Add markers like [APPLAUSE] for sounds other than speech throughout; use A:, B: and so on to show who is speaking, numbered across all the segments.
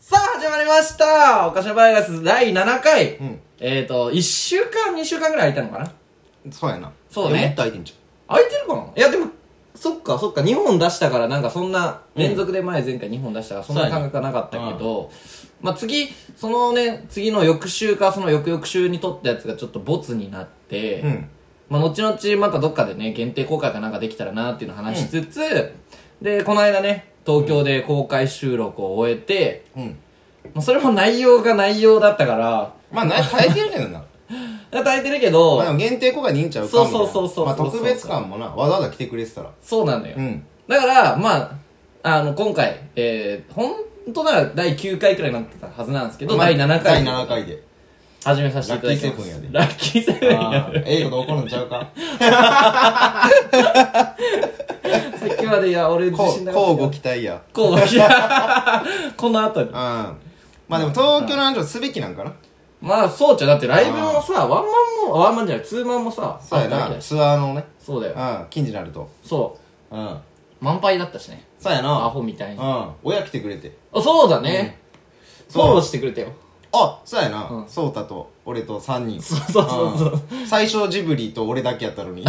A: 始まりましたおかしバイガス第7回、
B: ん
A: えっ、と、1週間、2週間ぐらい空いたのかな
B: そうやな
A: そうね
B: いやもっと空いてんじ
A: 空いてるかないや、でも、そっかそっか、2本出したからなんかそんな、連続で前前回2本出したからそんな感覚がなかったけど、まあ次、そのね、次の翌週かその翌々週に撮ったやつがちょっとボツになって、
B: ゃんうん
A: まあ、後々またどっかでね、限定公開かなんかできたらなっていうのを話しつつ、で、この間ね、東京で公開収録を終えて、
B: うん
A: まあ、それも内容が内容だったから、
B: まあな耐えてるけど
A: [LAUGHS]
B: な
A: 耐えてるけど、
B: まあでも限定公開でいいんちゃうかみたいな
A: そうそうそうそう
B: まあ特別感もなわざわざ来てくれてたら
A: そうなのよ。
B: うん
A: だから、まあ、あの、今回、えー、本当なら第9回くらいになってたはずなんですけど、
B: まあ
A: 第7回。
B: 第7回で
A: 始めさせていただきま
B: ラッキーセブンや
A: す
B: で。
A: ラッキーセブンやで。
B: あーええこと起こるんち
A: [LAUGHS]
B: ゃうか
A: さっきまで、いや、俺自
B: こ
A: 信
B: う
A: なかった
B: こう
A: けど
B: ご期待や
A: こう、いや、 [LAUGHS] この後に
B: うん。まあでも東京の話をすべきなんかな
A: まあ、そうちゃうだってライブもさ、ワンマンも、ワンマンじゃない、ツーマンもさ、
B: そうや
A: あったわけ
B: な
A: だし
B: ツアーのね
A: そうだ
B: う
A: よ。
B: ん近時になると
A: そ
B: うん
A: う。満杯だったしね。
B: そうや
A: ア
B: な
A: ホみたいに。あ、
B: うん親来てくれて
A: そうだね。フ
B: そう
A: ォローしてくれたよ。
B: あそうや
A: う
B: なんそうたと俺と3人
A: そうそうそうそう
B: うん最初ジブリと俺だけやったのに [LAUGHS]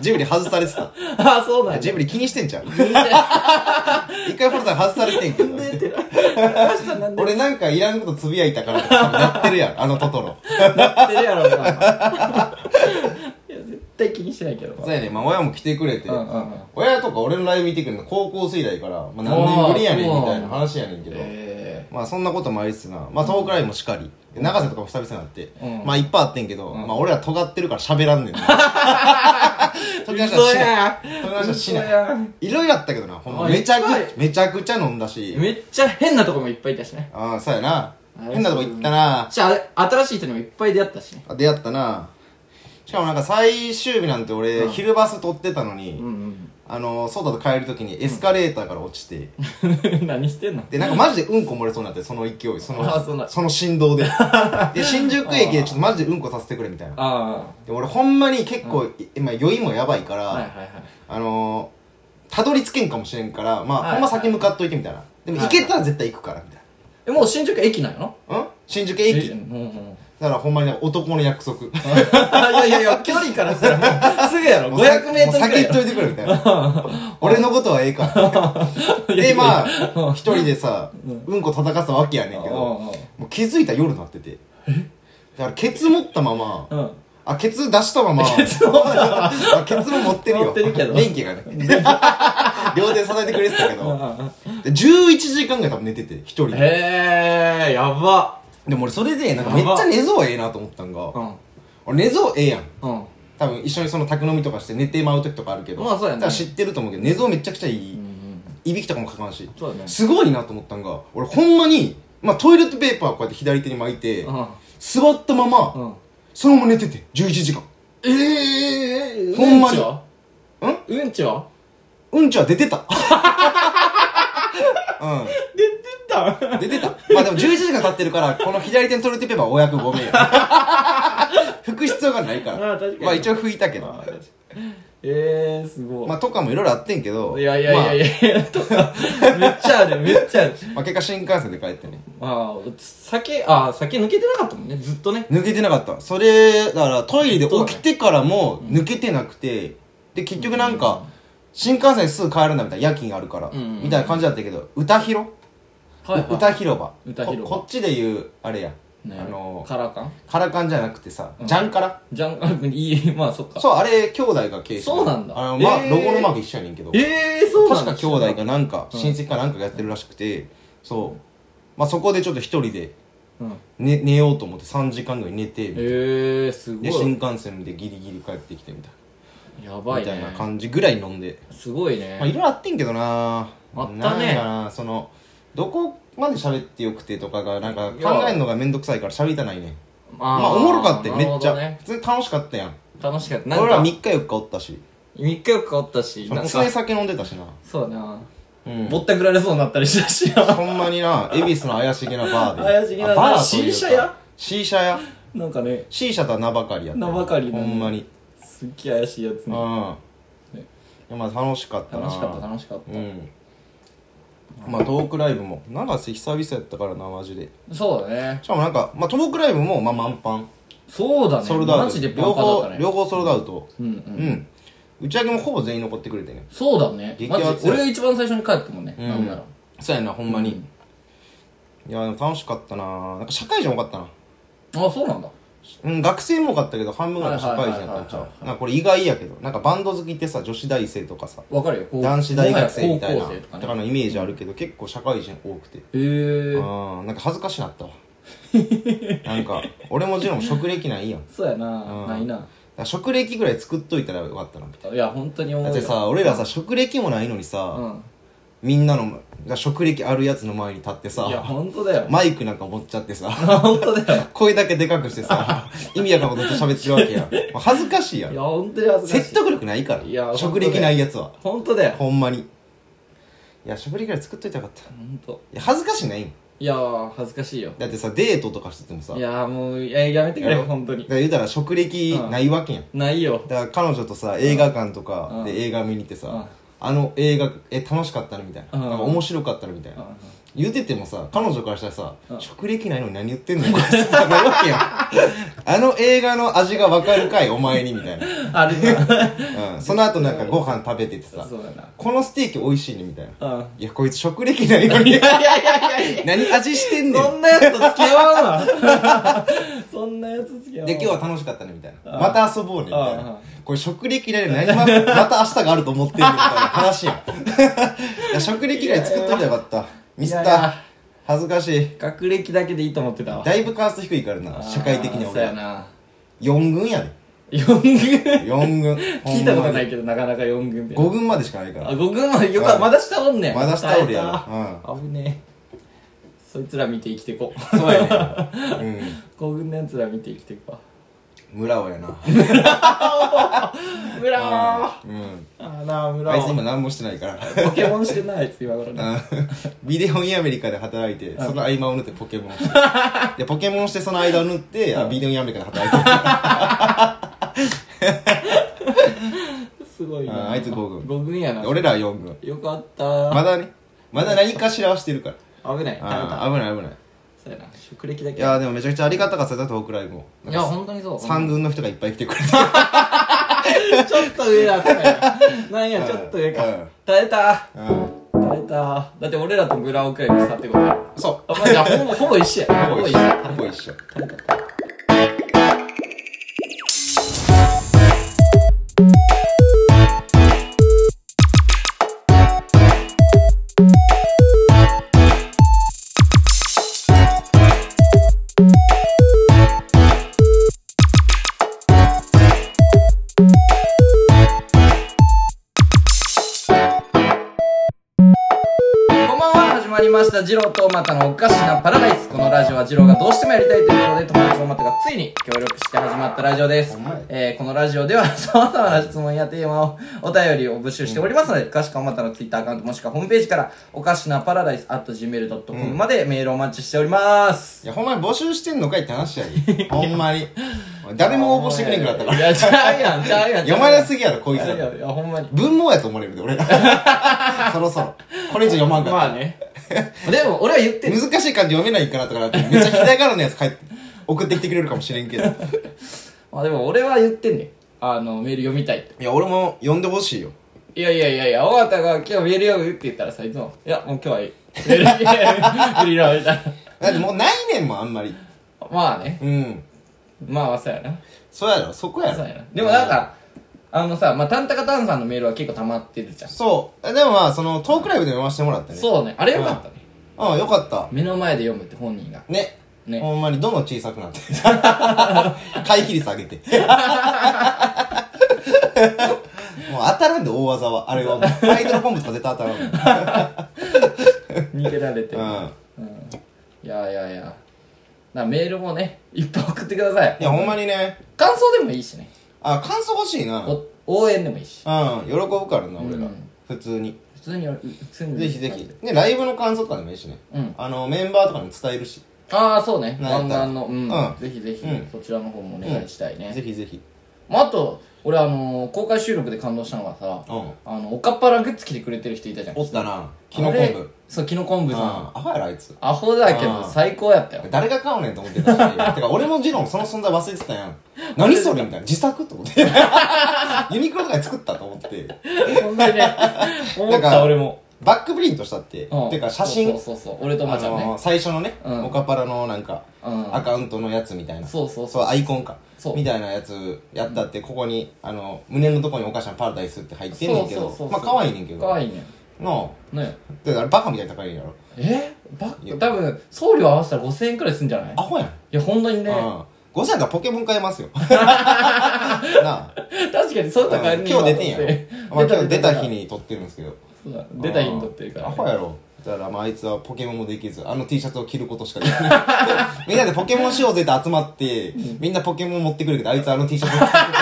B: ジブリ外されてた
A: あ、そうなんだ。
B: ジブリ気にしてんじゃん [LAUGHS] 一回フォローさん外されてんけど
A: [LAUGHS] なん
B: 俺なんかいらんことつぶやいたからとかなってるやん
A: [LAUGHS]
B: あのトトロ
A: やってるやろな。いや、絶対気にしてないけど。
B: そうやねまあ親も来てくれて
A: うんうんうん
B: 親とか俺のライブ見てくるの高校生以来から、まあ、何年ぶりやねんみたいな話やねんけど
A: え
B: まあそんなこともありつつな、まあトークライブもしかり、長瀬とかも久々になって、
A: うん
B: まあいっぱいあってんけど、まあ俺ら尖ってるから喋らんねんな。
A: ー
B: 飛び出したらしな
A: [LAUGHS]
B: い。
A: 嘘
B: 飛び出した
A: 嘘
B: らしない。
A: やん
B: いろいろあったけどな、ほんま
A: あ
B: めちゃく
A: いっぱ、
B: めちゃくちゃ飲んだし、
A: めっちゃ変なとこもいっぱいいたしね。
B: ああ、そうやな
A: あ。れ
B: 変なとこ行ったな。
A: じゃああれ、新しい人にもいっぱい出会ったしね。
B: 出会ったな。しかもなんか最終日なんて俺、昼バス取ってたのに、
A: うん
B: あの、そうだと帰るときにエスカレーターから落ちて、
A: うん。何してんの
B: で、なんかマジでうんこ漏れそうになって、その勢い、そ
A: あーそんな
B: の、その振
A: [LAUGHS]
B: 動で。で、新宿駅でちょっとマジでうんこさせてくれみたいな。
A: あ
B: で俺ほんまに結構、今酔いもやばいから、
A: あ。はいはいはい。
B: あのー、たどり着けんかもしれんからまあ、
A: はい
B: ほんま先向かっといてみたいなでも
A: はい
B: 行けたら絶対行くからみたい
A: え、もう新宿駅なんやろ
B: な、うん新宿駅
A: うんうん。
B: だからほんまにね男の約束もう
A: いやいやいや、距離からしたらもうすぐやろ。
B: さ
A: 500メートルくら
B: もう
A: い
B: 先行っといてくれみた
A: [LAUGHS]
B: いな俺のことはええからでまあ一人でさうんこ叩かせたわけやねんけど
A: うんうん
B: もう気づいたら夜になっててだからケツ持ったまま
A: うん。
B: あケツ出したまま
A: ケツ持ったま
B: [LAUGHS] あケツも持ってるよ
A: 持ってるけど
B: 電気がね両手叩いてくれてたけ
A: うん
B: ど
A: [LAUGHS] うんうん
B: で11時間ぐらい多分寝てて一人で
A: へえ、やば。
B: でも俺それでなんかめっちゃ寝相ええなと思ったん
A: う
B: が
A: ん。
B: 俺寝相ええやん
A: うん。
B: 多分一緒にその宅飲みとかして寝てまう時とかあるけど
A: まあそうやね
B: 多分知ってると思うけど寝相めちゃくちゃいい、
A: ん
B: いびきとかもかかんし
A: そうだね
B: すごいなと思ったんが俺ほんまに、まあ、トイレットペーパーをこうやって左手に巻いて、
A: うん
B: 座ったまま、
A: うん。
B: そのまま寝てて11時間
A: ええ
B: ほんま
A: うん
B: に
A: ちはうんちは
B: うんちは出てた [LAUGHS] うん
A: 出てた
B: 出てたまあでも11時間経ってるから、この左手のトイレットペーパーはお役ごめんよ。 [LAUGHS] 拭く必要がないか
A: ああ
B: ら
A: 確か。に
B: まあ一応拭いたけど。
A: ええ、すご
B: まあとかもいろいろあってんけど。
A: い。いやいやいやいや、とか、めっちゃある、めっちゃある。
B: まあ。まあ結果新幹線で帰ってね。
A: ああ、酒、ああ、酒抜けてなかったもんね、ずっとね。
B: 抜けてなかった。それ、だからトイレで起きてからも抜けてなくて、で結局なんか、新幹線すぐ帰るんだみたいな、夜勤あるから、
A: んうん
B: みたいな感じだったけど、歌広歌広場。
A: 歌広場
B: ここっちで言う、あれや。あ
A: ね
B: の、
A: カラー感
B: カラカンじゃなくてさ、ジャンカラ
A: ジャンカラい [LAUGHS] い、まあそっか。
B: そう、あれ、兄弟が経営してる
A: そうなんだ
B: あの、まあ、
A: えー
B: ロゴのマーク一緒やねんけど。
A: ええそうなん
B: 確
A: だ
B: か兄弟がなんか、親戚かなんかがやってるらしくて、そう。まあ、そこでちょっと一人で
A: うん
B: 寝、寝ようと思って3時間ぐらい寝て、
A: ええすご
B: で、新
A: い
B: 幹線でギリギリ帰ってきてみたい
A: や
B: な。
A: ば
B: み
A: い
B: たい
A: ね
B: な感じぐらい飲んで。
A: すごいね、
B: まあ、いろいろあってんけどな
A: あったね
B: なんやなその、どこまで喋ってよくてとかが、なんか考えるのがめんどくさいから喋りたないねん。まあ、おもろかったよ、めっちゃ。
A: なる
B: 普通に楽しかったやん。
A: ほどね楽しかったなん
B: 俺ら
A: か
B: 3
A: 3
B: 日4日おったし、
A: 日よくおったし
B: そ
A: な
B: の
A: ん
B: 常
A: か
B: に酒飲んでたしな。
A: そうだな、
B: うん
A: ぼったくられそうになったりしたし [LAUGHS] な
B: ほんまにな、恵比寿の怪しげなバーで。
A: 怪しげな
B: あバーという
A: C
B: か
A: 社や
B: ?C 社や。
A: なんかね
B: C 社とは名ばかりやった。
A: 名ばかりだ
B: ほ
A: ね
B: んまに。
A: すっげえ怪しいやつ
B: うん。
A: ね
B: いやまあ楽しかったな。
A: 楽しかった楽しかった、
B: うん。まあトークライブも長瀬久々やったからなマジで
A: そうだね
B: しかもなんか、まあ、トークライブもまあ満帆
A: そうだね
B: ソールドア
A: マ
B: ウト
A: ジでパ
B: 両
A: ンパンだった
B: 方
A: ね
B: 両方ソールドアウト
A: うんう
B: うんん打ち上げもほぼ全員残ってくれてね
A: そうだね
B: 激ア
A: マ
B: ツ
A: ジ俺が一番最初に帰ったもんね、
B: うん
A: なんなら
B: そうやなほんまに、いやでも楽しかったななんか社会人多かったな
A: あそうなんだ
B: うん、学生も多かったけど半分ぐらいの社会人やったんち
A: はいはいはいはい
B: ゃ
A: は
B: うなんかこれ意外やけどなんかバンド好きってさ女子大生とかさ
A: わかるよこう
B: 男子大学生みたいな
A: もはや高校生と
B: と
A: か
B: か
A: ね
B: のイメージあるけど、結構社会人多くて
A: へえ
B: うんなんか恥ずかしなったわなんか俺もジロンも職歴ないやんだか
A: そうや
B: う
A: なんないな
B: ら職歴ぐらい作っといたらよかったない
A: や本当に思う
B: だ
A: よ
B: ってさ俺らさ職歴もないのにさ、
A: うん
B: みんなのが職歴あるやつの前に立って
A: いや
B: さ
A: 本当だよ
B: マイクなんか持っちゃってさ [LAUGHS]
A: 本当だよ
B: 声だけでかくして
A: [LAUGHS]
B: さ意味やからことずっと喋ってるわけやんもう恥ずかしいやん
A: いや本当に恥ずかし
B: 説
A: い
B: 得力ないから
A: いや
B: 職歴ないやつは
A: 本当だよ
B: ほんまにいや職歴ぐらい作っといたらよかったい
A: 本当
B: や恥ずかしないん
A: いやー恥ずかしいよ
B: だってさデートとかしててもさ
A: いやーもういややめてくれよ [LAUGHS] 本当
B: だ
A: に
B: から言うたら職歴ないわけやん、
A: ないよ
B: だから彼女とさ映画館とか
A: う
B: で
A: ん
B: 映画見に行ってさ、
A: うん
B: あの映画え楽しかったねみたいな,、
A: うん
B: なんか面白かったねみたいな、
A: うん
B: 言うててもさ彼女からしたらさ、
A: うん
B: 職歴ないのに何言ってんのよってなるわ
A: [LAUGHS]
B: けやんあの映画の味が分かるかいお前にみたい
A: あれな
B: な、うん、その後なんかご飯食べててさ
A: [LAUGHS] そうだな
B: このステーキ美味しいねみたいな
A: うん
B: いやこいつ職歴ないの
A: い
B: に
A: やいやいやいや
B: [LAUGHS] 何味してんね
A: そ
B: ん
A: んなやつと付き合わん
B: [LAUGHS]
A: わそんなやつ付き合わんわ
B: で今日は楽しかったねみたいな
A: あ
B: また遊ぼうねみたい
A: あ
B: なこれ職歴嫌いで何ままた明日があると思ってんねんみたいな話やん [LAUGHS] いや職歴嫌い作っといたらよかったミスっ
A: いやいや
B: た恥ずかしい
A: 学歴だけでいいと思ってたわ
B: だいぶカースト低いからな社会的に
A: あーそう
B: 俺
A: や
B: は
A: な
B: 4軍やね
A: 4軍
B: 4軍
A: [LAUGHS] 聞いたことないいけどなかなか4軍で
B: 5軍までしかないか
A: あ
B: ら
A: 5軍までよか
B: う
A: っ
B: ん
A: まだ下おんねん
B: まだ下おるやろ
A: ろ危ねえそいつら見て生きてこ
B: そうやねんうん
A: 5軍のやつら見て生きてこ
B: 村尾やな
A: 村あ
B: うん
A: ーなあ村
B: あいつ
A: 尾
B: 今何もしてな
A: [LAUGHS]
B: いから
A: ポケモンしてないあいつ今頃ね
B: うんビデオインアメリカで働いて、その合間を縫ってポケ
A: [LAUGHS]
B: モンして。で、ポケモンしてその間を縫って、あビデオインアメリカで働いて
A: すごい
B: あ
A: な
B: あいつ五軍
A: 5軍やな
B: る。 [LAUGHS] 俺らは4軍。
A: よかった
B: まだね、まだ何かしらはしてるから。
A: 危 [LAUGHS] ない食べた
B: あ危ない危ない。
A: そうやな食歴だ
B: い
A: け
B: やーでもめちゃくちゃありがたかったよトークライブも。
A: いや本当にそう
B: 3軍の人がいっぱい来てくれて。
A: [LAUGHS] ちょっと上だったよなんやちょっと上
B: うん
A: か耐えた
B: うん。
A: 耐えただって俺らとグラオくらいの差ってことや
B: そ
A: あまあじゃあほぼほぼ一緒
B: う。
A: や
B: ほぼ一緒。ほぼ一緒。
A: こんばんは始まりました「ジローとマタのおかしなパラダイス」このラジオはジローがどうしてもやりたいということで友達のマタがついに協力して始まったラジオです
B: ほんまや、
A: えー、このラジオではさまざまな質問やテーマをお便りを募集しておりますので、かしかマタのツイッターアカウントもしくはホームページからおかしなパラダイス .gmail.com までメールをお待ちしております、
B: いや、ほんまに募集してんのかいって話や
A: [LAUGHS]
B: で。ほんまに。誰も応募してくれんくなったか
A: い
B: ら。
A: やちゃうやんちゃうやん
B: 読まれ
A: す
B: すぎやろ、こい
A: い
B: つ
A: やい
B: ら。
A: やいやほんまに
B: 文盲やと思われるで、俺ら。 [LAUGHS] そろそろ。これ以上読まんかったら
A: まあねでも俺は言ってる
B: 難しい漢字読めないかなとかなってめっちゃ左からのやつ帰って送ってきてくれるかもしれんけどい
A: まあでも俺は言ってんねんあのメール読みたいって
B: や俺も呼んでほしいよ
A: いやいやいやいや、尾形が今日メール読むって言ったらさ、いつも、いや、もう今日はいい。メール読む、メール読むみたい
B: だってもうないねんもんあんまり
A: な。 [LAUGHS] まあね。
B: うん
A: まあまあ、そうやな。
B: そうやろそこや
A: そう
B: ろ
A: やな。でもなんか、あのさ、まあ、タンタカタンさんのメールは結構溜まってるじゃん。
B: そうえでもまあそのトークライブで読ませてもらったね
A: そうね。あれよかったね。
B: うんよかった
A: 目の前で読むって本人が。
B: ね
A: ね
B: ほんまにどんどん小さくなって回避率上げてもう当たらんで大技はあれはもうアイドルポンプとか絶対当たらんも
A: [LAUGHS]
B: ん
A: 逃げられて。
B: うん
A: いやいやいや。なメールもね、いっぱい送ってください。
B: いやほんまにね
A: 感想でもいいしね。
B: あ感想欲しいな
A: お応援でもいいし。
B: うん、喜ぶからな、
A: う
B: 俺ら
A: ん。
B: 普通に。
A: 普通に、普通に。
B: ぜひぜひ。で、ライブの感想とかでもいいしね。
A: うん
B: あの、メンバーとかにも伝えるし。
A: ああ、そうね。
B: なんや
A: ワン
B: ったら
A: ガンの。うん
B: うん。
A: ぜひぜひ
B: うん、
A: そちらの方もお願いしたいね。
B: ぜひぜひ。
A: まあ、あと俺あのー公開収録で感動したのがさ
B: うん。
A: あのおかっぱらグッズ着てくれてる人いたじゃん
B: おったな、キ
A: あ
B: ノコ
A: れ
B: ン
A: そう、キノコンブさん。
B: アホやろあいつ
A: アホだけど
B: うん
A: 最高やった
B: [LAUGHS]
A: よ。
B: 誰が買うねんと思ってたし [LAUGHS] てか俺もジロンその存在忘れてたやん何それみたいな自作と思って [LAUGHS] ユニクロとかで作ったと思って
A: ほんまにね、思っ
B: だから
A: た俺も。
B: バックプリントしたって、
A: うん
B: てか写真
A: そうそうそうそう。俺とま
B: あ
A: ーちゃん
B: の
A: ね。
B: ー最初のね、
A: うん
B: モカパラのなんか、
A: うん
B: アカウントのやつみたいな
A: そうそう
B: そ
A: そうう。
B: アイコンか
A: そう
B: みたいなやつやったってここにあの胸のとこにお菓子のパラダイスって入ってんねんけどまあ可愛いねんけど
A: 可愛いね
B: の
A: ん。ね
B: であれバカみたいに高いんやろ
A: えバッグ多分、送料合わせたら5000円くらいすんじゃない
B: アホやん、
A: いや、ほんとに
B: うん
A: ね。
B: 5歳だったらポケモン買え
A: [LAUGHS]
B: ますよなあ
A: 確かに、そうとか
B: うん今日出てんやん、まあ、今日出た日。に撮ってるんですけど
A: そうだ出た日に撮ってるから
B: ア
A: ね。
B: ホやろだからまああいつはポケモンもできずあの T シャツを着ることしかできない [LAUGHS] みんなでポケモンしようぜって集まってみんなポケモン持ってくるけどあいつはあの T シャツを着ること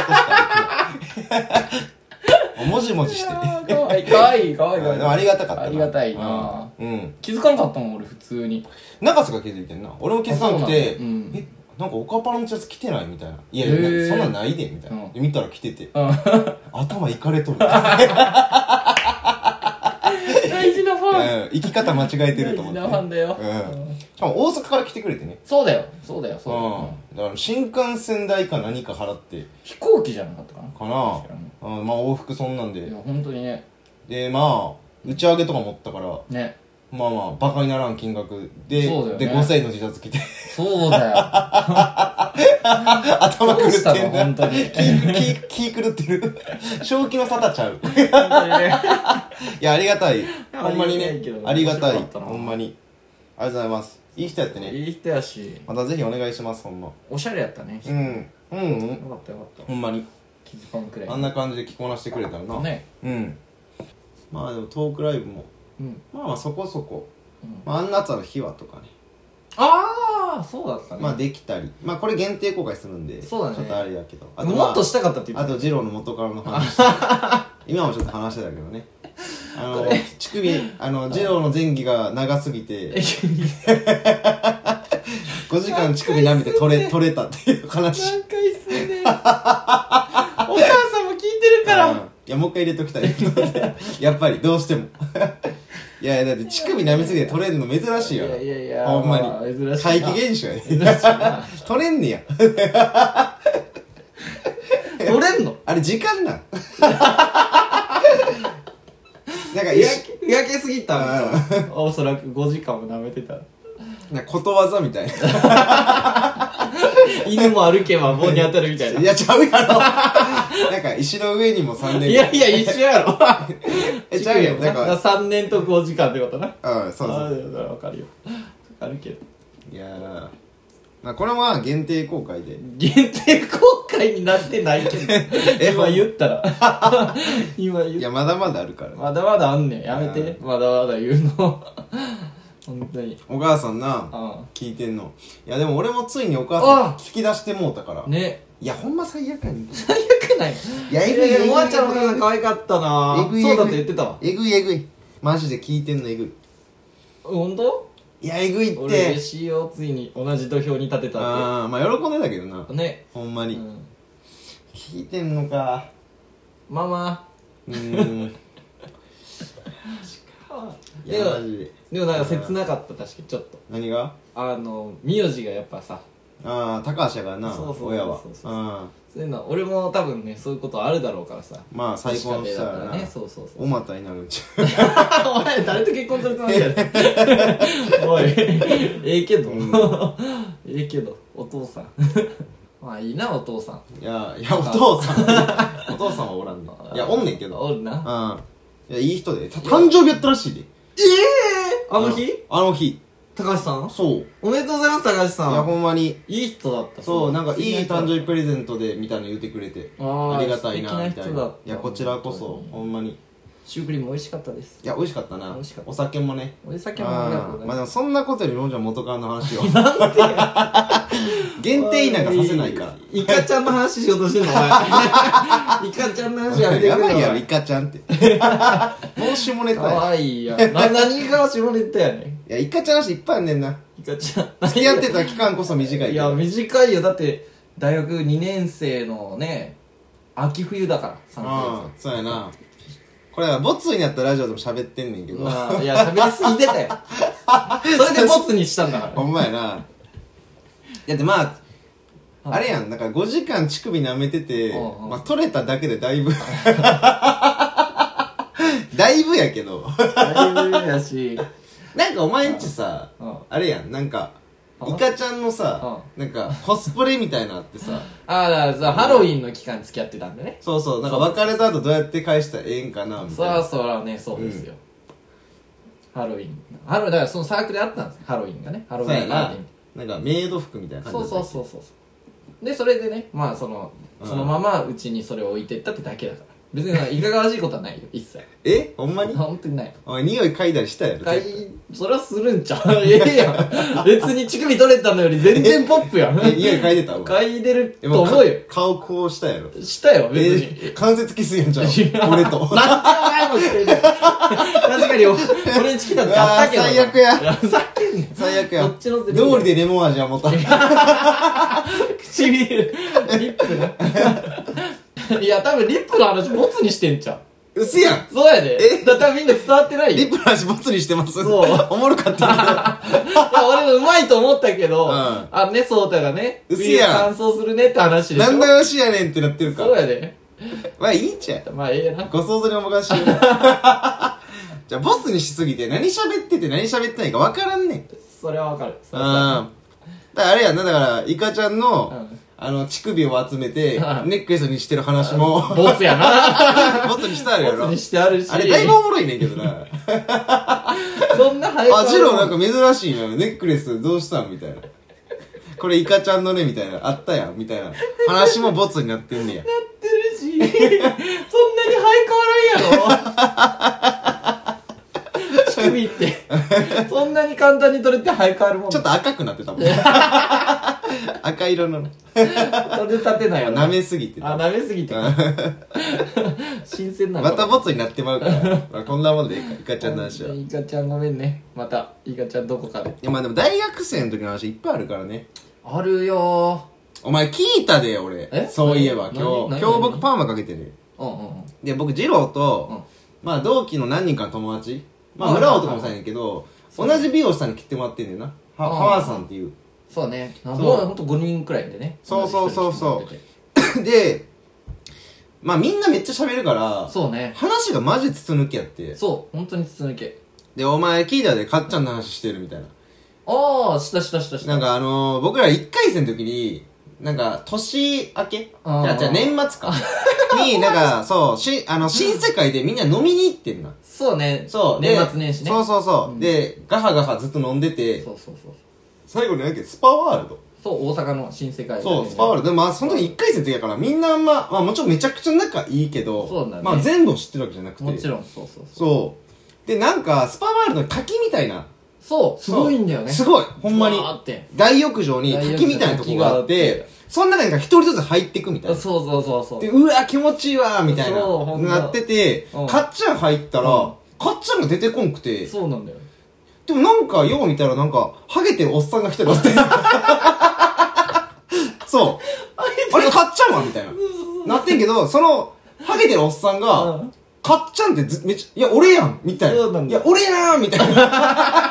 B: しかで
A: [LAUGHS]
B: きないもじもじして
A: かわいいかわいいかわいい
B: でもありがたかったな
A: ありがたいな
B: うん、うん、
A: 気づかんかったもん俺普通に
B: 中瀬が気づいてんな俺も気づかなく
A: あ
B: て
A: そうなんだうん
B: えなんかオカパラのシャツ着てないみたいないや
A: へー
B: そんなんないでみたいな、
A: うん
B: で見たら着てて
A: うん
B: [LAUGHS] 頭いか
A: [LAUGHS]
B: れとる
A: 大事なファン
B: うん生き方間違えてる
A: 大
B: と思
A: 事な
B: っ
A: フ
B: て
A: ァンだよ
B: うんしかも大阪から来てくれてね
A: そうだよそうだよそうだよ
B: うん、だから新幹線代か何か払って
A: 飛行機じゃなかったかな
B: かな
A: 確かに
B: うん、まあ往復そんなん
A: い
B: で
A: や本当にね
B: でまあ打ち上げとか持ったから
A: ね
B: まあまあバカにならん金額で、
A: そうだよね
B: で5000円の自殺着て
A: そうだよ
B: 頭狂
A: どう
B: っ
A: した
B: て
A: の
B: んな
A: 本当に
B: 気気気狂ってる正気の沙汰ちゃう
A: 本当にね
B: いやありがたい
A: や
B: ほんまに
A: ありがたい
B: ね
A: けどね
B: ありがたい
A: 面白かったな
B: ほんまにありがとうございますいい人やって [LAUGHS] ね
A: いい人やし
B: またぜひお願いしますほんま
A: おしゃれやったね
B: う
A: よ
B: んうんうん
A: かったよかった
B: ほんまに
A: 気づかんくら
B: あ
A: い
B: んな感じで着こなしてくれたらな
A: ね
B: うんまあでもトークライブも
A: うん
B: まあまあそこそこ、
A: うん
B: まあ、あんなたの秘話とかね、
A: ああそうだったね
B: まあできたりまあこれ限定公開するんで
A: そうだね
B: ちょっとあれだけどあと,、まあ、
A: もっとしたかったって言
B: あ
A: って
B: と二郎の元からの
A: [LAUGHS]
B: 話今もちょっと話してたけどねあの乳首あの二郎の前戯が長すぎ
A: [LAUGHS]
B: て
A: た
B: 5時間乳首舐めて取れ取れたっていう話
A: 何回すん
B: [LAUGHS]
A: ねんお母さんも聞いてるから
B: うんいやもう一回入れときたい [LAUGHS] やっぱりどうしても [LAUGHS] いやいやだって乳首舐めすぎて取れんの珍しいよ
A: いやいやいや
B: ほんまに、
A: まあ珍しいな [LAUGHS]
B: 怪奇現象やね取れんねや
A: 取れんの
B: あれ時
A: [LAUGHS]
B: 間なんなんか
A: ふ
B: 一
A: やけふやけすぎたんだおそらく5時間も舐めてた
B: なんかことわざみたいな
A: 犬も歩けば棒に当たるみたいない
B: やちゃうやろ [LAUGHS] なんか石の上にも3
A: い
B: 年
A: やいや一緒やろ
B: [LAUGHS] えちゃうやんなんか
A: 3年と5時間ってことな
B: うんそうそ
A: あ
B: う
A: ーわかるよわかるけど
B: いやーまあこれは限定公開で
A: 限定公開になってないけど今言った
B: [LAUGHS]
A: ら今言っ
B: い
A: た
B: やまだまだあるから
A: まだまだあんねんやめてまだまだ言うの本当に
B: お母さんな
A: あ
B: 聞いてんのいやでも俺もついにお母さん
A: あ
B: 聞き出してもうたから
A: あね
B: いやほんま最悪やねん
A: 最悪ない
B: いやえ
A: い
B: ぐい
A: やいや
B: えぐい
A: もあちゃんのお母さん可愛かった
B: え
A: な
B: ぐい
A: そうだ
B: えぐい
A: って言ってたわ
B: えぐいえぐいマジで聞いてんのえぐい
A: 本当
B: いやえぐいっ
A: 俺
B: て
A: 嬉しいよついに同じ土俵に立てたっ
B: ああまあ喜んでたけどな
A: てね
B: ほんま
A: う
B: に、
A: ん
B: 聞いてんのか
A: ママ [LAUGHS]
B: うーんいやマジで
A: でもなんか切なかった確かにちょっと
B: 何が
A: あの名字がやっぱさ
B: ああ高橋やからな
A: そうそうそう
B: 親は
A: そうそうそう
B: あ
A: そういうのは俺も多分ねそういうことあるだろうからさ
B: まあ再婚したら
A: 母子家庭だ
B: な
A: からねそうそうそう
B: おまたになるんち
A: お前誰と結婚するつもりやねん [LAUGHS] おいええけど、ええけどお父さんまあいいなお父さん
B: ゃういやいやお父さんお父さんはおらんないやおんねんけど
A: おるな
B: うんいやいい人でた誕生日やったらしいで
A: ええあの日
B: あの日
A: 高橋さん
B: そうい
A: おめでとうございます高橋さ
B: や
A: ん
B: ほんまに
A: いい人だった
B: そうなんかいい誕生
A: 日
B: 日プレゼントでみたいな言ってくれて
A: あー
B: ありがたいなみ
A: 素
B: た
A: 敵ない人だ
B: な
A: っ
B: い
A: た
B: やこちらこそ
A: 本当に
B: ほんまに
A: シュークリーム美味しかったです
B: いや美味しかったな
A: 美味しかった
B: お酒もね
A: お酒もありがとう
B: あ
A: ご
B: ー
A: ざい
B: ま
A: ま
B: あ
A: す
B: でもそんなことよりロンちゃん元カノの話を [LAUGHS] 限定なんかさせないから
A: おいイカちゃんの話しようとしてん
B: [LAUGHS]
A: のお前イカちゃんの話やめて
B: や
A: く
B: ば
A: れ
B: いやろ
A: お
B: イカちゃ
A: [LAUGHS]
B: んってもう下ネ
A: 前
B: タ
A: か
B: や
A: わいいやんな何が下ネタやねん
B: いやイカちゃんの話いっぱいあんねんな
A: イカちゃん
B: 付き合ってた期間こそ短いけ
A: いや
B: ど
A: 短いよだって大学2年生のね秋冬だから3
B: うんそうやなここれだからボツになったラジオでも喋ってんねんけど、
A: まあ、いや、喋りすぎてたよ。それでボツにしたんだから。
B: ほんまやな。だってまあ、あれやん、だから5時間乳首舐めてて
A: うんう、ん
B: まあ取れただけでだいぶ。だいぶやけど。
A: [LAUGHS] だいぶやし。
B: なんかお前んちさ
A: うん、
B: あれやん、なんか、
A: うん
B: イカちゃんのさ、なんかコスプレみたいなのあってさ、
A: ああ、だからさハロウィンの期間付き合ってたんでね。
B: そうそう、なんか別れた後どうやって返したらええんかな、み
A: そ
B: たい
A: ら
B: な。
A: そらね、そうですよ。ハロウィン。ハロウィン、だからそのサークルであったんですハロウィンがね。ハロウ
B: そう
A: ィ
B: や
A: ンパー
B: な
A: ティー。
B: なんかメイド服みたいな感じ
A: そう
B: だった
A: そうそうそうでそれでねまあその
B: うん
A: そのままうちにそれを置いてったってだけだから別になんかいかがわしいことは
B: [LAUGHS]
A: ないよ一切
B: えほんまに
A: 本当にない
B: お前匂い嗅いだりしたやろ
A: かいそれはするんちゃう [LAUGHS] ええやん別に乳首取れたのより全然ポップやん
B: え匂い嗅いでたお前
A: 嗅いでる
B: え
A: と
B: も
A: 思うよ
B: か顔こうしたやろ
A: したよ別に、
B: え関節キスやんじゃん
A: 違う
B: 俺
A: [LAUGHS] なんで
B: と
A: お前もしてる確かにお俺にチキだってあったけど
B: うわー最悪や
A: いふざけんなよ
B: 最悪や
A: こっちの
B: 通
A: セリフ
B: りでレモン味は持たん
A: 唇リップのいや多分リップの話ボツにしてんちゃう
B: 薄やん
A: そうやで。
B: え
A: だからみんな伝わってないよ。
B: リ
A: い
B: ップの味ボツにしてます
A: そう
B: おもろ
A: [LAUGHS]
B: かった
A: や、俺もうまいと思ったけど、
B: うん
A: あのね、ソータがね、
B: うせやん
A: 乾燥するねって話
B: け
A: で
B: ど
A: しょ。
B: なんだよしやねんってなってるか
A: そうやで。
B: まあいいんちゃう
A: まあ、ええやな。
B: ご想像にお任
A: [LAUGHS]
B: せしてじゃあボスにしすぎて何喋ってて何喋ってないか分からんねん
A: それはわかる。
B: う
A: そ
B: ん。
A: うそう
B: だからあれやんな、だから、イカちゃんの、
A: うん
B: あの、乳首を集めて、ネ
A: うん
B: ックレスにしてる話も、
A: ボツやな。
B: [LAUGHS] ボツにしたらや
A: ボ
B: ろ
A: ツに。してあるし。
B: あれ、だいぶおもろいねんけど
A: [LAUGHS]
B: な。
A: そんな早
B: あ、ジローなんか珍しいな。ネックレスどうしたんみたいな。これイカちゃんのね、みたいな。あったやん、みたいな。話もボツになってんねや。
A: ってるし。そんなに生え変わらんやろ。乳首って。そんなに簡単に取れて生え変わるもん。
B: ちょっと赤くなっ
A: [LAUGHS]
B: てたもん。赤色の。
A: 取れ立てないよな。
B: 舐めすぎて
A: あ、
B: た。
A: 舐めすぎてか。新鮮なの
B: またボツになってまうから。まあ、こんなもんでいいか、イカちゃんの話は。い
A: イカちゃんごめんねまたイカちゃんどこかで
B: や、まあでも大学生の時の話いっぱいあるからね。
A: あるよ
B: お前聞いたで俺
A: え
B: そういえば
A: 何
B: 今日
A: 何
B: 今日
A: 何
B: 僕パーマかけてる
A: ーうんうんうん
B: で僕二郎と、まあ同期の何人かの友達まあ
A: はい
B: 村尾とかもさんやけど同じ美容師さんに切ってもらってんねんなは
A: うん
B: 浜田さんっていう [LAUGHS]
A: そうねもう
B: そう
A: ほんと5人くらいでね
B: そうそうそうそう
A: 同じ人に決
B: でまあみんなめっちゃ喋るか
A: まってて
B: ら
A: そうね
B: 話がマジ筒抜けやって
A: そう本当に筒抜け
B: でお前聞いたでかっちゃんの話してるみたいな
A: ああしたしたしたし
B: な
A: た
B: んかあのー、僕ら1回戦の時に、なんか年明けじ
A: あー
B: ゃあ、じゃあ年末
A: [LAUGHS]
B: か。に、なんか、そう、し、あの、新世界でみんな飲みに行ってんな。
A: そうね
B: そう、で
A: 年末年始ね
B: そうそうそう。
A: うん
B: で、ガハガハずっと飲んでて、
A: そうそうそう
B: 最後になんだっけ、スパワールド。
A: そう大阪の新世界
B: そう、スパワールド。で、まあ、その時1回戦の時やから、みんなあんま、まあ、もちろんめちゃくちゃ仲いいけど、
A: そうだね
B: まあ、全部を知ってるわけじゃなくて。
A: もちろんそうそうそう
B: そう。で、なんか、スパワールドに滝みたいな。
A: そうすごいんだよね
B: そうすごい、ほんまに。
A: わーって
B: 大浴場に滝みたいなとこがあ
A: 大浴場
B: っ
A: に滝があ
B: て
A: って、
B: その中になんか一人ずつ入っていくみたい
A: そう
B: な。
A: そうそうそう
B: で、うわ、気持ちいいわ、みたい
A: そう
B: な
A: ほ、んと
B: なってて
A: うん、
B: かっちゃん入ったら、
A: うん
B: かっちゃんが出てこんくて、
A: そうなんだよ
B: でもなんか、よう見たらなんか、ハゲてるおっさんが一人おって。
A: [LAUGHS]
B: そう。あれ、かっちゃんはみたいな。なってんけど、その、ハゲてるおっさん
A: う
B: が
A: ん、
B: かっちゃんってずめっちゃ、いや、俺やんみたいな。
A: そうなん
B: い
A: だ
B: や、俺やん
A: [LAUGHS]
B: みたいな。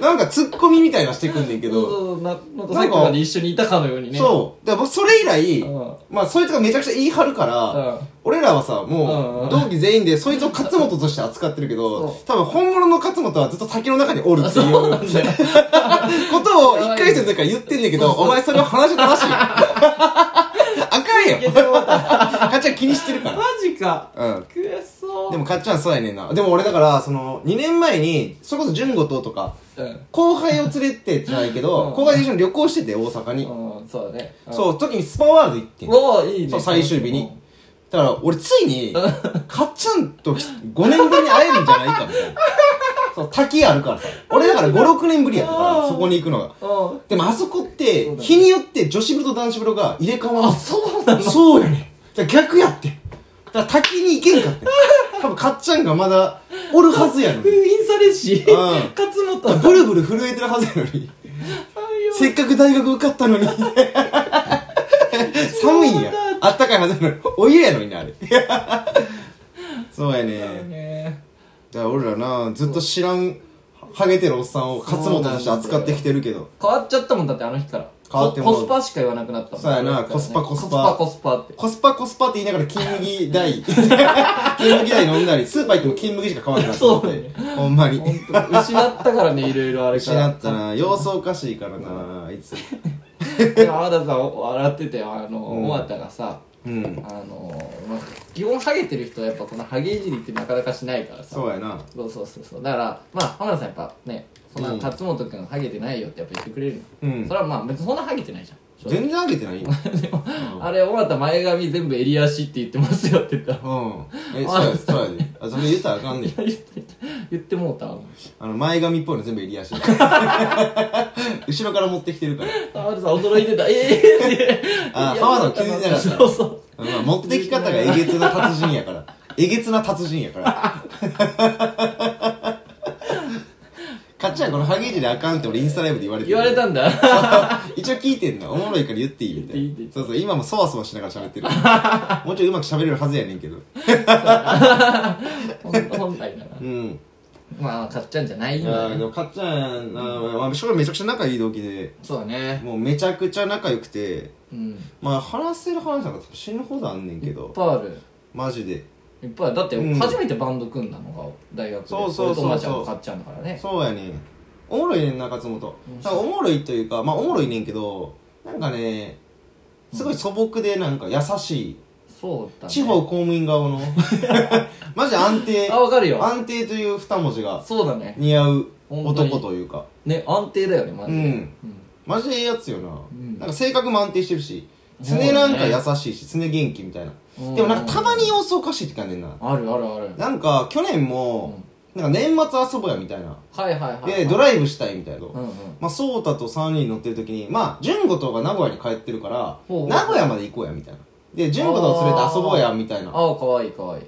B: なんか、ツッコミみたいなしてくんねんけ
A: そう
B: ど。
A: そうななんかさっきまで一緒にいたかのようにね
B: そう。だから、それ以来
A: うん、
B: まあ、そいつがめちゃくちゃ言い張るから、
A: うん
B: 俺らはさ、
A: うん
B: も
A: うん
B: う、同期全員で、そいつを勝本として扱ってるけど
A: そ、
B: 多分、本物の勝本はずっと滝の中におるってい
A: そう
B: う
A: なんだよ
B: ことを一回戦の時から言ってんだけど、お前それを話して [LAUGHS] たしい。あかんよ。かっちゃん気にしてるか。
A: マジから
B: うん。
A: 悔しそう
B: でもかっちゃんそうやねんな。でも俺だから、その、2年前に、それこそ純子ととか、
A: う
B: 後輩を連れてじゃないけ
A: う
B: ど、
A: ん
B: 後輩と一緒に旅行してて、大阪に。
A: ん、うん、そうだね。。
B: そうう、時にスパワールド行ってん
A: おーいいね。
B: そう、最終日に。だから、俺ついに、かっちゃんと5年ぶりに会えるんじゃないかみたいな。そう、滝あるからさ。俺だから5、6年ぶりやったから、そこに行くのが。
A: うん。うん。
B: でもあそこっ
A: そう
B: て
A: だね
B: 日によって女子風呂と男子風呂が入れ替わる
A: あ、そうなの
B: そうよねだから逆やってんだから滝に行けんかってん多分かっちゃんがまだおるはずやの
A: 封
B: に
A: 印されし、
B: うん
A: 勝
B: [LAUGHS] だから
A: 本。
B: ブルブル震えてるはずやのにせっかく大学受かったのに寒いんやあったかいはずやのにお湯やのになあれ [LAUGHS] そうやねだから俺らなずっと知らんハゲてるおっさんを勝本として扱ってきてるけど
A: 変わっちゃったもんだってあの日から
B: 変わっても
A: ココスパしか言わなくなったもん
B: そうやな
A: あの日から
B: コスパコスパ
A: コスパコスパって
B: コスパコスパって言いながら金
A: [LAUGHS]
B: 麦代金麦代飲んだりスーパー行っても金麦しか買わなかった
A: そうね
B: ほんまに
A: 本当失ったから
B: [LAUGHS]
A: ねいろいろあれか
B: 失
A: ら
B: ったな様子おかしいからなあいつ
A: で浜田さん笑っててあの
B: ん
A: 尾形、がさ
B: うん
A: あの、まあ、基本ハゲてる人はやっぱこのハゲいじりってなかなかしないからさ
B: そうやな
A: そうそうそうそうだからまあ浜田さんやっぱねそんな
B: うん
A: 辰本君ハゲてないよってやっぱ言ってくれる
B: う
A: の、
B: ん
A: それはまあ別にそんなハゲてないじゃん
B: 全然ハゲて
A: [LAUGHS]
B: ないよ
A: あれ尾形前髪全部襟足って言ってますよって言った [LAUGHS] ら
B: うんえそうやそうやであそれ言ったらあかんねん
A: 言って言ってもうた
B: あの前髪っぽいの全部
A: [LAUGHS]
B: 襟足後ろから持ってきてるから
A: 浜田さん驚いてたええー、って
B: あ
A: いや
B: 浜田急になかった
A: そうそう
B: まあ、持ってき方がえげつな達人やから。えげつな達人
A: [LAUGHS]
B: やから。かっちゃんこのハゲいじりあかんって俺インスタライブで言われて
A: 言われたん
B: [LAUGHS]
A: だ
B: 一応聞いてんの。おもろいから言っていいみたい
A: 言っていいっ。
B: な
A: て
B: そうそう、今もそわそわしながら喋ってる。もうちょいうまく喋れるはずやねんけど。
A: 本当本体だな
B: うん。
A: まあ買っちゃうんじゃない
B: い
A: ん
B: や
A: だ
B: ー
A: ね
B: でもかっちゃん、あーまあ、正直めちゃくちゃ仲いい同期で、
A: そうだね
B: もうめちゃくちゃ仲良くて、
A: うん
B: まあ話せる話なんか死ぬほどあんねんけ
A: いっ
B: ど、
A: ぱいある
B: マジで。
A: いっぱいあるだって
B: うん
A: 初めてバンド組んだのが大学で
B: そうそうそうそう
A: れとまちゃんと買っちゃうんだからね
B: そうやねおもろいねんな勝本なんかおもろいというかまあおもろいねんけどなんかねすごい素朴でなんか優しい、
A: そうだね
B: 地方公務員
A: [LAUGHS]
B: 顔のマジ安定
A: あわかるよ
B: 安定という二文字が
A: そうだね
B: 似合う
A: 本当に
B: 男というか
A: ね安定だよねマ
B: う
A: ジで
B: んマジでええやつよな、
A: ん
B: なんか性格も安定してるし常
A: そうね
B: なんか優しいし常元気みたいな
A: うん
B: でもなんかたまに様子おかしいって感じねんな
A: あるあるある
B: なんか去年もなんか年末遊ぼうやみたいな
A: はいはいはい
B: でドライブしたいみたいな
A: うんうん
B: まあ、ソータと3人乗ってる時に、まあ、純子とが名古屋に帰ってるから、
A: ほうほう
B: 名古屋まで行こうや、みたいな。で、純子と連れて遊ぼうや、みたいな
A: ああかわいいかわいい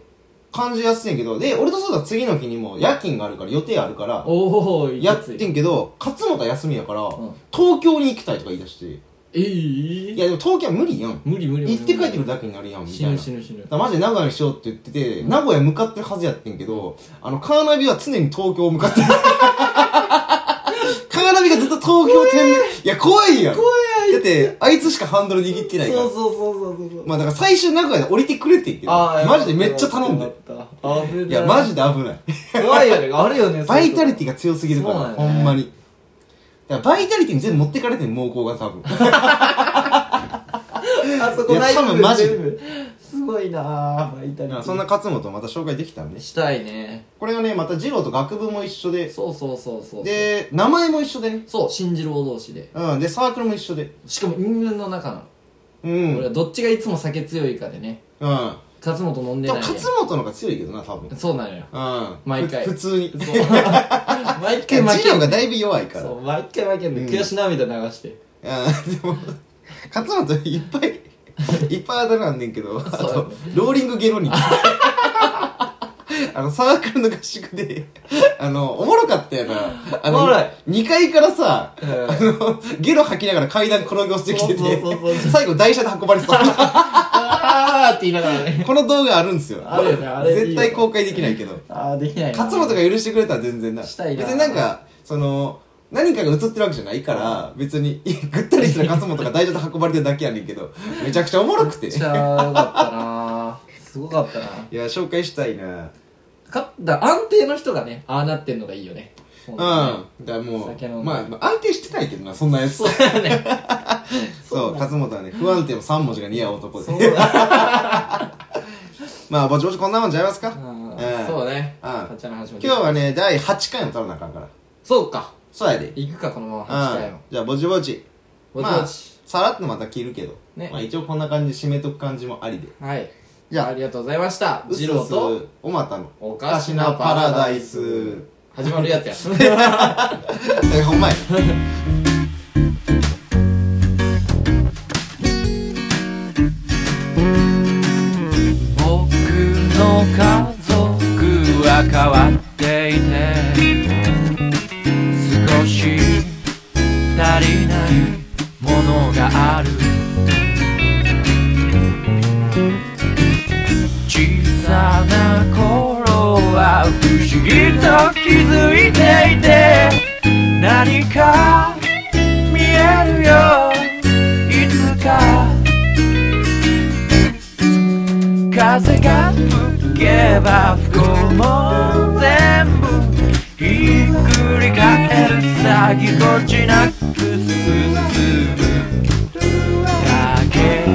B: 感じやすいんやけど、で、俺とソータ次の日にも夜勤があるから、予定あるから、
A: おお
B: やって
A: ん
B: んけど、勝本は休みやから、
A: ん
B: 東京に行きたいとか言い出して、い
A: えい
B: や、でも東京は無理やん。
A: 無理無理無理
B: 行って帰ってくるだけになるやん、み
A: 死
B: たい
A: ぬ
B: な。
A: 死ぬ死ぬ
B: だからマジで名古屋にしようって言ってて、名古屋向かってるはずやってんけど、あの、カーナビは常に東京向
A: [LAUGHS]
B: かってる。カーナビがずっと東京店で、いや、怖いやん。怖いだって、あいつしかハンドル握ってないから。
A: そうそうそうそうそう
B: まあだから最終名古屋で降りてくれって言ってる。
A: ああ
B: マジでめっちゃ頼んで
A: よ。かった危ない
B: いや、マジで危ない。
A: 怖いよねあるよね
B: バイタリテ
A: ィ
B: ィが強すぎるから、
A: そうなんだ
B: ほ
A: ね
B: んまに。だからバイタリティに全部持ってかれてる猛攻が多分。
A: あそこない
B: いや多分マジ
A: すごいなあバイタリティ
B: そんな勝本また紹介できたらね。
A: したいね
B: これがね、また二郎と学部も一緒で、
A: そうそうそうそう
B: で、名前も一緒でね。
A: そう信じる王同士で
B: うん、で、サークルも一緒で。
A: しかも人間の中なの、
B: う
A: 俺
B: ん。
A: はどっちがいつも酒強いかでね
B: うん。
A: 勝本飲んで
B: でも
A: ない
B: 勝
A: で
B: 本の方が強いけどな、多分。
A: そうなのよ
B: うん。
A: 毎回
B: ふ普通に。
A: そう毎回負
B: ジ
A: け
B: ロ
A: ん
B: がだいぶ弱いから。
A: そうう毎回負けんの、
B: うん
A: 悔し涙流して
B: [LAUGHS] ん。でも、勝本いっぱい、いっぱいあだ名あんねんけど、あ
A: そう
B: と、ローリングゲロニキ。あの、サークルの合宿で、あの、おもろかったよな。あ
A: おも
B: の
A: ろい、
B: 2階からさ、
A: うん
B: あの、ゲロ吐きながら階段転げ落ちてきてて
A: そうそうそうそ、
B: 最後台車で運ばれ
A: [LAUGHS]
B: てた。
A: あーって言いながら
B: [LAUGHS]
A: ね
B: この動画あるんですよ。
A: あるよねあれいいよね
B: 絶対公開できないけど。
A: あーできないな
B: 勝本が許してくれたら全然な
A: したいな
B: 別になんかその何かが映ってるわけじゃないから別に [LAUGHS] いやぐったりしたら勝本が大丈夫で運ばれてるだけやねんけどめちゃくちゃおもろく
A: め
B: て
A: [LAUGHS]
B: い
A: っちゃよかったなすごかったな
B: や紹介したいな
A: かだ安定の人がねああなってんのがいいよね
B: うんだ
A: 本
B: からも
A: 酒飲ん
B: う
A: で
B: まあまあ安定してないけどなそんなやつそう
A: 当に
B: [LAUGHS]
A: ね
B: 勝本はね不安定の3文字が似合う男
A: そう
B: で
A: だ
B: まあぼちぼちこんなもんちゃいますか
A: うん
B: ええ
A: そうだね
B: うん
A: 勝ちの話も聞いて
B: 今日はね第8回も取らなあかんから
A: そうか
B: そうやでうん
A: 行くかこのまま8回も
B: じゃあぼちぼち
A: ぼちぼち
B: まあさらっとまた切るけど
A: ね
B: まあ一応こんな感じで締めとく感じもありで
A: はい。
B: じゃあ
A: ありがとうございました。
B: う
A: ジ
B: す
A: ロ
B: う
A: ー
B: す
A: と、
B: おまたの
A: お
B: おか
A: か
B: し
A: し
B: な
A: な
B: パ
A: パ
B: ラ
A: ラ
B: ダ
A: ダ
B: イ
A: イ
B: ス
A: ス。始まるやつや。
B: えほんまや
C: 僕の家族は変わっていて少し足りないものがある小さな頃思議と気づいていて何か見えるよいつか風が吹けば不幸も全部ひっくり返るさぎこちなく進むだけ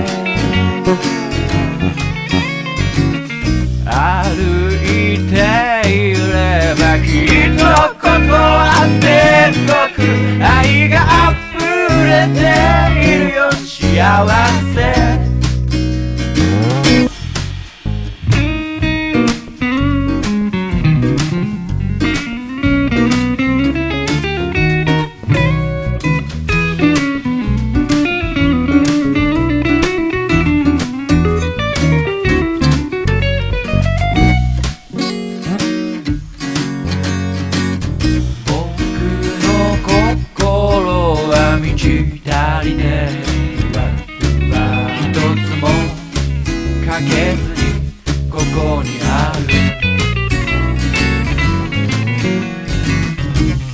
C: 歩いていればきっとここは天国愛が溢れているよ幸せ僕の心は満ち足りねえわ一つもかけずにここにある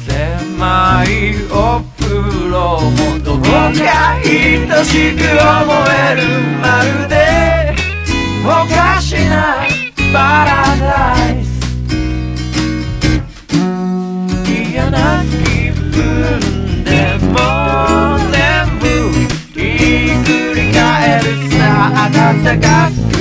C: 狭いお風呂もどこか愛しく思えるまるでおかしなパラダイス嫌な気分でも全部ひっくり返るさ暖かく